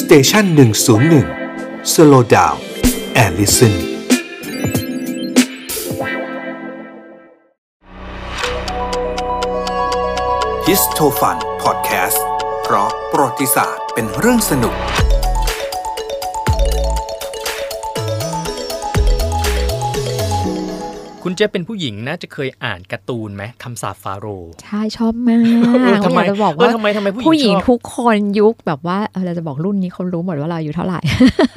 สเตชันหนึ่งศูนย์หนึ่งสโลดาวแอลลิสัน ฮิสโทฟันพอดแคสต์เพราะประวัติศาสตร์เป็นเรื่องสนุก คุณเจฟเป็นผู้หญิงนะจะเคยอ่านการ์ตูนไหมคำสาปฟาโรห์ ใช่ชอบมาก เออทำไม อยากจะบอก เออ ว่า ทำไมทำไมผู้หญิง ผู้หญิง ชอบ ทุกคนยุคแบบว่าเออเราจะบอกรุ่นนี้เขารู้หมดว่าเราอายู่เท่าไหร่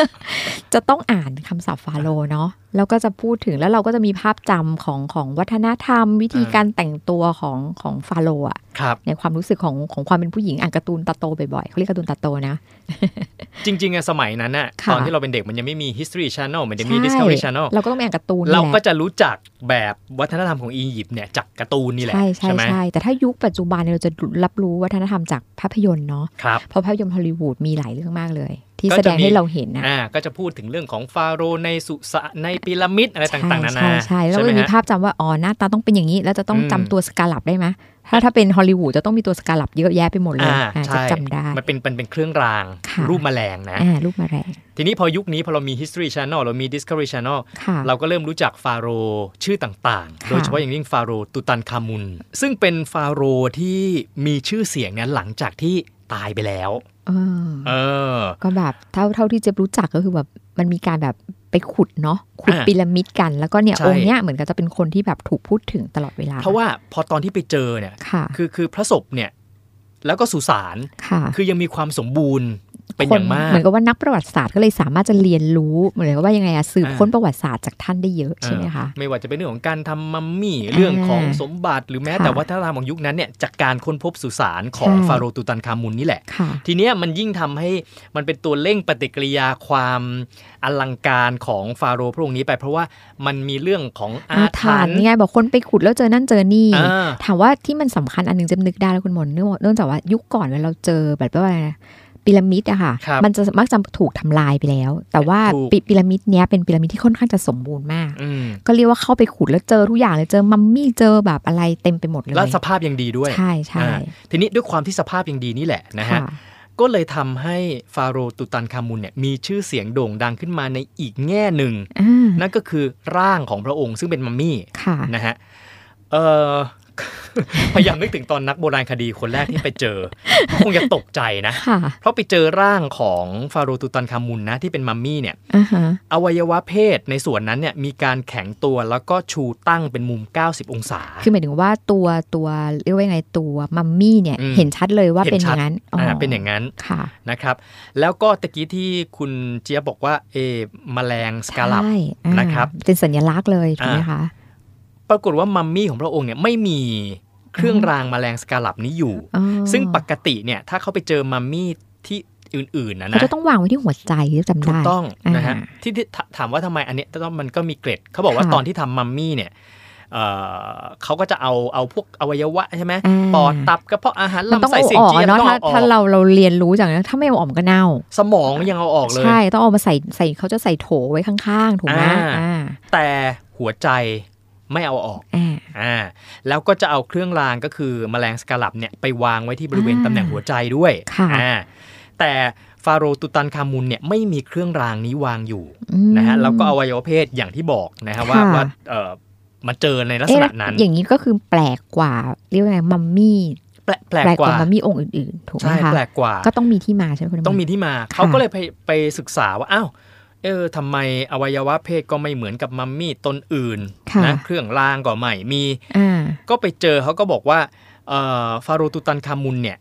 จะต้องอ่านคำศัพท์ฟาโรห์เนาะแล้วก็จะพูดถึงแล้วเราก็จะมีภาพจำของของวัฒนธรรม วิธีการแต่งตัวของของฟาโรห์อะ ครับ ในความรู้สึกของของความเป็นผู้หญิงอ่านการ์ตูนตาโตบ่อยๆเขาเรียกการ์ตูนตาโตนะ จริงๆอะสมัยนั้นอะ ค่ะ ตอนที่เราเป็นเด็กมันยังไม่มี history channel มันยังมี discovery ใช่ channel เราก็ต้องไปอ่านการ์ตูน เรา นี่แหละ ก็จะรู้จักแบบวัฒนธรรมของอียิปต์เนี่ยจากการ์ตูนนี่แหละ ใช่ใช่ ไหม ใช่แต่ถ้ายุคปัจจุบันเนี่ยเราจะรับรู้วัฒนธรรมจากภาพยนตร์เนาะ ครับ เพราะภาพยนตร์ฮอลลีวูดมีหลายเรื่องมากเลย ที่แสดงให้เราเห็นนะ อ่าก็จะพูดถึงเรื่องของฟาโรห์ในสุสานในพีระมิดอะไรต่างๆนานา ใช่ใช่แล้วก็ ไห จะมี ฮะ ภาพจำว่าอ๋อหน้าตาต้องเป็นอย่างนี้ แล้วจะต้อง อืม จำตัวสกาลับได้ไหมถ้าถ้าเป็นฮอลลีวูดจะต้องมีตัวสกาลับเยอะแยะไปหมดเลย อ่า อ่าจะ ใช่ จำได้ มันเป็นมันเป็นเครื่องราง ค่ะ รูปแมลงนะ อ่ารูปแมลง ทีนี้พอยุคนี้พอเรามี history channel เรามี discovery channel ค่ะ เราก็เริ่มรู้จักฟาโรห์ชื่อต่างๆ ค่ะ โดยเฉพาะอย่างยิ่งฟาโรห์ตุตันคามุน ซึ่งเป็นฟาโรห์ที่มีชื่อเสียงนั้นหลังจากที่ตายไปแล้ว เออ เออ ก็แบบเท่าเท่าที่เจ็บรู้จักก็คือแบบมันมีการแบบไปขุดเนาะขุด อ่า พีระมิดกัน แล้วก็เนี่ย ใช่ องค์เนี้ยเหมือนกับจะเป็นคนที่แบบถูกพูดถึงตลอดเวลา เพราะว่าพอตอนที่ไปเจอเนี่ย ค่ะ คือคือพระศพเนี่ย แล้วก็สุสาน ค่ะ คือยังมีความสมบูรณ์เป็นอย่างมา ค ก เหมือนกับว่านักประวัติศาสตร์ก็เลยสามารถจะเรียนรู้เหมือนกับว่ายังไงอะสืบ อ่า ค้นประวัติศาสตร์จากท่านได้เยอะใช่ไหมคะ เออไม่ว่าจะเป็นเรื่องของการทำมัมมี่เรื่องของสมบัติ หรือแม้แต่ ค่ะ วัฒนธรรมของยุคนั้นเนี่ยจากการค้นพบสุสานของ ใช่ ฟาโรห์ตุตันคามุนนี่แหละ ค่ะ ทีเนี้ยมันยิ่งทำให้มันเป็นตัวเร่งปฏิกิริยาความอลังการของฟาโรห์พระองค์นี้ไป เพราะว่ามันมีเรื่องของอา อา ถ ถ ร ร ร ร พ์ พ์ไงบอกคนไปขุดแล้วเจอนั่นเจอนี่ อ่า ถามว่าที่มันสำคัญอันหนึงจำนึกได้แล้วคุณมนต์เนื่องเนื่องจากว่ายุคก่อนเวลาเราเจอแบบว่าอะไรนะพีระมิดอะค่ะ ครับ มันจะมักจะถูกทำลายไปแล้ว แต่ว่า ถูก ปิพีระมิดเนี้ยเป็นพีระมิดที่ค่อนข้างจะสมบูรณ์มาก อืม ก็เรียกว่าเข้าไปขุดแล้วเจอทุกอย่างเลยเจอมัมมี่เจอแบบอะไรเต็มไปหมดเลย และสภาพยังดีด้วย ใช่ใช่ อ่า ทีนี้ด้วยความที่สภาพยังดีนี่แหละนะฮะ ค่ะ ก็เลยทำให้ฟาโรห์ตุตันคามุนเนี่ยมีชื่อเสียงโด่งดังขึ้นมาในอีกแง่หนึ่ง อ่า นั่นก็คือร่างของพระองค์ซึ่งเป็นมัมมี่ ค่ะ นะฮะเอ่อ พยายามนึกถึงตอนนักโบราณคดีคนแรกที่ไปเจอ ก็คงจะตกใจนะ ค่ะ เพราะไปเจอร่างของฟาโรห์ตุตันคามุนนะที่เป็นมัมมี่เนี่ย อ่าฮะ อวัยวะเพศในส่วนนั้นเนี่ยมีการแข็งตัวแล้วก็ชูตั้งเป็นมุม 90 องศา คือหมายถึงว่าตัวตัวเรียกว่าไงตัวมัมมี่เนี่ย อืม เห็นชัดเลยว่า เห็ เป็น น ชั อ ด ย่างนั้น อ่าเป็นอย่างนั้น ค่ะ นะครับ แล้วก็ตะกี้ที่คุณเจี๊ยบบอกว่าเออแมลงสกาลับ ใช่อ่า นะครับ เป็นสัญลักษณ์เลยถูกไหม อ่า คะ ปรากฏว่ามัมมี่ของพระองค์เนี่ยไม่มีเครื่องรางแมลงสกาลับนี้อยู่ อ๋อ ซึ่งปกติเนี่ยถ้าเขาไปเจอมัมมี่ที่อื่นๆนะ เขา นะ จะต้องวางไว้ที่หัวใจที่จำ ถู ได้ กต้องนะฮะ อ่ ที่ที่ถถามว่าทำไมอันเนี้ยต้องมันก็มีเกร็ดเขาบอกว่า ค่ะ ตอนที่ทำมัมมี่เนี่ยเอ่อเขาก็จะเอาเอาพวกอวัยวะใช่ไหม อ่า ปอดตับกระเพาะอาหาร มันต้อง ลำไส้ เอา เสียง ออก เจีย อะ บ เนาะ ต้อง ถ้า เอาอ ถ้า อก เราเราเรียนรู้จากนั้นถ้าไม่เอาออกมันก็เน่า สมองยังเอาออกเลย ใช่ต้องเอามาใส่ใส่เขาจะใส่โถไว้ข้างๆ ถูกไหม อ่า อ่า แต่หัวใจไม่เอาออก อ่า อ่าแล้วก็จะเอาเครื่องรางก็คือแมลงสกาลับเนี่ยไปวางไว้ที่บริเวณ อ่า ตำแหน่งหัวใจด้วย ค่ะ อ่าแต่ฟาโรห์ตุตันคามุนเนี่ยไม่มีเครื่องรางนี้วางอยู่ อืม นะฮะแล้วก็อวัยวะเพศอย่างที่บอกนะฮะว่า ค่ะ ว่าเอ่อมาเจอในลักษ เอ๊ะ ณะนั้น อย่างนี้ก็คือแปลกกว่าเรียกว่าไงมัมมี่ แปลกแปลก แปลก ก กว่า ว่า มัมมี่องค์อื่นๆ ถูกไหม ใช่ คะ แปลกกว่า ก็ต้องมีที่มาใช่ไหมคุณมน ต้องมีที่มา ค่ะ เขาก็เลยไปไปศึกษาว่าอ้าวเออทำไมอวัยวะเพศก็ไม่เหมือนกับมัมมี่ตนอื่น ค่ะ นะเครื่องรางก็ไม่มี อ่า ก็ไปเจอเขาก็บอกว่าเอ่อฟาโรห์ตุตันคามุนเนี่ย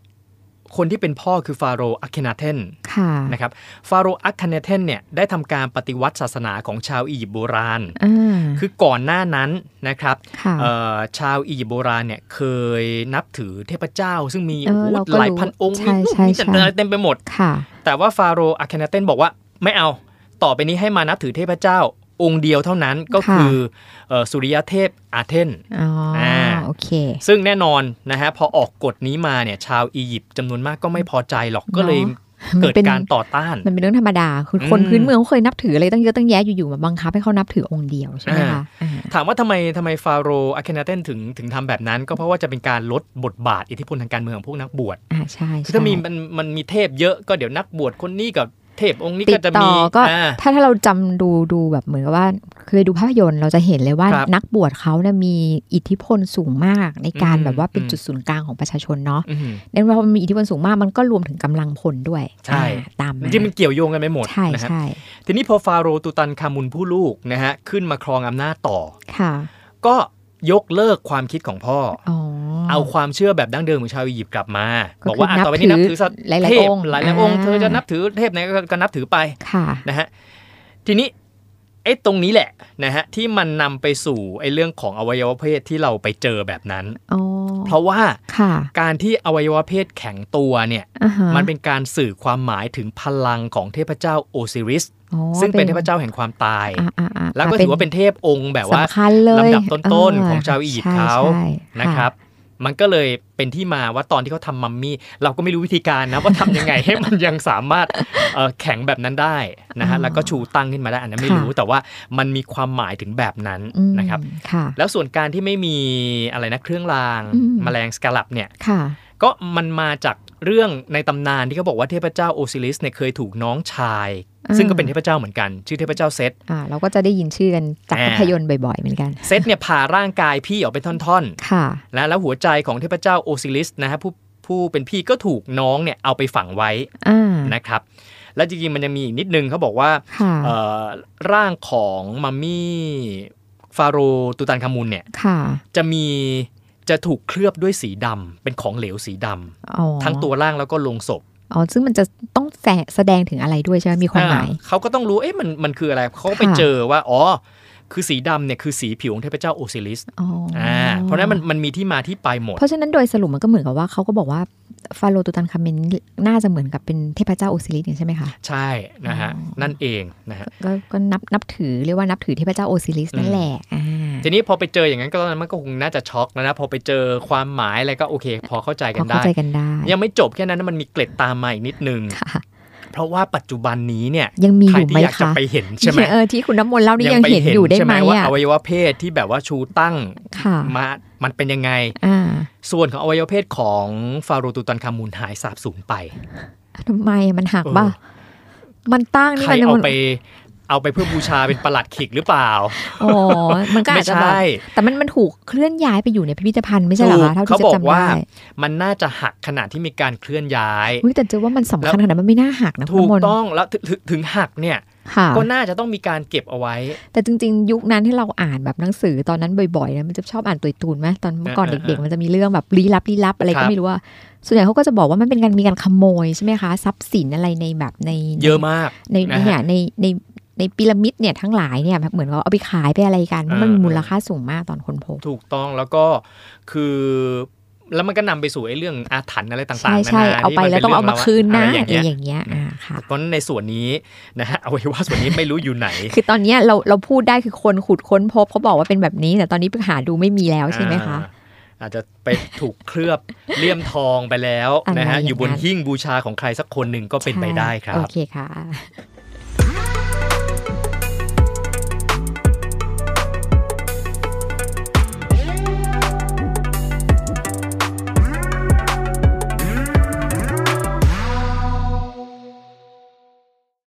คนที่เป็นพ่อคือฟาโรห์อัคเคนาเทน ค่ะ นะครับฟาโรห์อัคเคนาเทนเนี่ยได้ทำการปฏิวัติศาสนาของชาวอียิปต์โบราณ อ่า คือก่อนหน้านั้นนะครับ ค่ะ เอ่อชาวอียิปต์โบราณเนี่ยเคยนับถือเทพเจ้า ซึ่งมี เออ โอ้โห เราก็ หลายพันองค์ รู้ มีนู่น ใช่ มี ใช่ จันเนอ ใช่ เต็มไปหมด ค่ะ แต่ว่าฟาโรห์อาคเนาเตนบอกว่าไม่เอา ต่อไปนี้ให้มานับถือเทพเจ้า องค์เดียวเท่านั้นก็ ค่ะ คือเอ่อสุริยเทพอาเทน อ๋ออา โอเค ซึ่งแน่นอนนะฮะพอออกกฎนี้มาเนี่ยชาวอียิปต์จำนวนมากก็ไม่พอใจหรอก เนอะ ก็เลย มั เกิด นเป็น การต่อต้าน มันเป็นเรื่องธรรมดาคืออ ม คนพื้นเมืองเขาเคยนับถืออะไรตั้งเยอะตั้งแยะอยู่ๆมาบังคับให้เขานับถือองค์เดียวใช่ไหมคะอ่า ถามว่าทำไมทำไมฟาโรห์อาเคนาเตนถึงถึงทำแบบนั้น ก็เพราะว่าจะเป็นการลดบทบาทอิทธิพลทางการเมืองของพวกนักบวช อ่าใช่ คือถ้า ใช่ มีมันมันมีเทพเยอะก็เดี๋ยวนักบวชคนนี้กับเทพองค์นี้ ติ ก็ ด จะ ต่ มี อก็ อ่า ถ้าถ้าเราจำดูดูแบบเหมือนกับว่าเคยดูภาพยนตร์เราจะเห็นเลยว่า ครับ นักบวชเขาเนี่ยมีอิทธิพลสูงมากในการ อืม แบบว่าเป็น อืม จุดศูนย์กลางของประชาชนเนาะ อืม ในเวลามันมีอิทธิพลสูงมากมันก็รวมถึงกำลังพลด้วย ใช่ อ่าตาม จ มา ริงๆมันเกี่ยวโยงกันไปหมด ใช่ นะฮะ ใช่ ทีนี้พอฟาโรห์ตูตันคามุนผู้ลูกนะฮะขึ้นมาครองอำนาจต่อ ค่ะ ก็ยกเลิกความคิดของพ่ออ อ๋อ เอาความเชื่อแบบดั้งเดิมของชาวอียิปต์กลับมา ก็ บอกว่า คือ อ่ะ นับ ต่อไปนี้นับถือสัตว์ ถือหลายๆ เทพ องค์ หลายๆองค์ อ่า เธอจะนับถือเทพไหนก็ก็นับถือไป ค่ะ นะฮะทีนี้ไอ้ตรงนี้แหละนะฮะที่มันนำไปสู่ไอ้เรื่องของอวัยวะเพศที่เราไปเจอแบบนั้น อ๋อ เพราะว่า ค่ะ การที่อวัยวะเพศแข็งตัวเนี่ย อ่าฮะ มันเป็นการสื่อความหมายถึงพลังของเทพเจ้าโอซิริส อ๋อ ซึ่งเป็นเทพเจ้าแห่งความตาย อ่าอ่าอ่า แล้วก็ถือว่าเป็นเทพองค์แบบว่า สำคัญเลย ลำดับต้นๆของชาวอียิปต์เขา ใช่ใช่ นะครับ มันก็เลยเป็นที่มาว่าตอนที่เขาทำมัมมี่ เราก็ไม่รู้วิธีการ นะว่าทำยังไง ให้มันยังสามารถเอ่อแข็งแบบนั้นได้นะฮะ อ่า แล้วก็ชูตั้งขึ้นมาได้อันนั้นไม่ ค่ะ รู้แต่ว่ามันมีความหมายถึงแบบนั้น อืม นะครับ ค่ะ แล้วส่วนการที่ไม่มีอะไรนะเครื่องราง อืม แมลงสกาลับเนี่ย ค่ะ ก็มันมาจากเรื่องในตำนานที่เขาบอกว่าเทพเจ้าโอซิริสเนี่ยเคยถูกน้องชาย อ่า ซึ่งก็เป็นเทพเจ้าเหมือนกัน ชื่อเทพเจ้าเซต อ่าเราก็จะได้ยินชื่อกันจาก อ่า ภาพยนตร์บ่อยๆ เหมือนกัน เซตเนี่ยผ่าร่างกายพี่ออกเป็นท่อนๆ ค่ะ นะแล้วหัวใจของเทพเจ้าโอซิริสนะฮะผู้ผู้เป็นพี่ก็ถูกน้องเนี่ยเอาไปฝังไว้ อ่า นะครับ แล้วจริงๆมันยังมีอีกนิดนึงเขาบอกว่า ค่ะ เอ่อร่างของมัมมี่ฟาโรห์ตูตันคามุนเนี่ย ค่ะ จะมีจะถูกเคลือบด้วยสีดำเป็นของเหลวสีดำ อ๋อ ทั้งตัวร่างแล้วก็ลงศพ อ๋อ ซึ่งมันจะต้องแสแสดงถึงอะไรด้วยใช่ไหม มีความหมาย อ่เขาก็ต้องรู้เอ๊ะมันมันคืออะไรเขาก็ไป ค่ะ เจอว่าอ๋อคือสีดำเนี่ยคือสีผิวของเทพเจ้าโอซิริส อ๋ออ อ่าเพราะฉะนั้นมันมันมีที่มาที่ไปหมด เพราะฉะนั้นโดยสรุปมันก็เหมือนกับว่าเขาก็บอกว่าฟาโรห์ตูตันคาเมนน่าจะเหมือนกับเป็นเทพเจ้าโอซิริสเนี่ยใช่ไหมคะ ใช่นะฮะ อ๋อ นั่นเองนะฮะ ก็ก็นับนับถือเรียกว่านับถือเทพเจ้าโอซิริสนั่นแหละ อ่า ทีนี้พอไปเจออย่างนั้นก็ตอนนั้นมันก็คงน่าจะช็อกแล้วนะ พอไปเจอความหมายอะไรก็โอเค พอเข้าใจ พ กั อน เข้า ได้ ใจกันได้ ยังไม่จบแค่นั้นนะมันมีเกล็ดตามมาอีกนิดนึง ค่ะ เพราะว่าปัจจุบันนี้เนี่ย ยังมี ใคร อยู่ไหม ที่อยากจะ คะ ไปเห็นใช่ไหม เออ ที่คุณน้ำมนต์เล่านี่ยัง ป เห็นอยู่ได้ ใช่ ไหม ว่า อ่ะ อวัยวะเพศที่แบบว่าชูตั้ง ค่ะ มามันเป็นยังไง อ่า ส่วนของอวัยวะเพศของฟาโรห์ตูตันคามูนหายสาบสูญไป ทำไมมันหัก เออ ป่ะ มันตั้งนี่ ใคร มัน เอา มัน ไปเอาไปเพื่อบูชาเป็นประหลัดขิกหรือเปล่า อ๋อมันก็อา ไม่ จจะแบบ ใช่ แต่มันมันถูกเคลื่อนย้ายไปอยู่ในพิพิธภัณฑ์ไม่ใช่เหรอ ถูก คะเท่าที่ เขาบจะอก จำ ว่า ได้ มันน่าจะหักขณะที่มีการเคลื่อนย้าย อุ้ยแต่เจอว่ามันสำคัญขนาดนั้นมันไม่น่าหักนะคุณ ถูก มนต์ ต้องแล้วถงถึงถึงหักเนี่ย ค่ะ ก็น่าจะต้องมีการเก็บเอาไว้ แต่จริง ๆ ยุคนั้นที่เราอ่านแบบหนังสือตอนนั้นบ่อยๆนะมันจะชอบอ่านตุยตูนไหมตอนเมื่อก่อน เออเออ เด็ก ๆ มันจะมีเรื่องแบบลี้ลับลี้ลับอะไร ครั ก็ บ ไม่รู้ว่า ส่วนใหญ่เขาก็จะบอกว่ามันเป็นการมีการขโมยใช่ไหมคะทรัพย์สินอะไรในแบบใน เยอะมาก ใน นะฮะ เนี่ยในในในพีระมิดเนี่ยทั้งหลายเนี่ยแบบเหมือนเขาเอาไปขายไปอะไรกันเพราะมัน เออ มี เออ มูลค่าสูงมากตอนคนพบ ถูกต้องแล้วก็คือแล้วมันก็นำไปสู่ไอ้เรื่องอาถรรพ์อะไรต่างๆ ใช่ นา ใช่ นา เอาไป ที่น แล้ว น ต้องเอามาคืนนะ อะไรอย่อา ย่าง งเงี้ย เงี้ยอ่าค่ะ เพราะฉะนั้นในส่วนนี้นะฮะ เอาไว้ว่าส่วนนี้ไม่รู้อยู่ไหน คือตอนเนี้ยเราเราพูดได้คือคนขุดค้นพบเขาบอกว่าเป็นแบบนี้ แต่ตอนนี้ไปหาดูไม่มีแล้วใช่ไหมคะ อ่าอาจจะไปถูกเคลือบเลี่ยมทองไปแล้วนะฮะ อะไรอย่างนั้น อยู่บนหิ้งบูชาของใครสักคนหนึ่งก็เป็นไปได้ครั โอบ เคค่ะ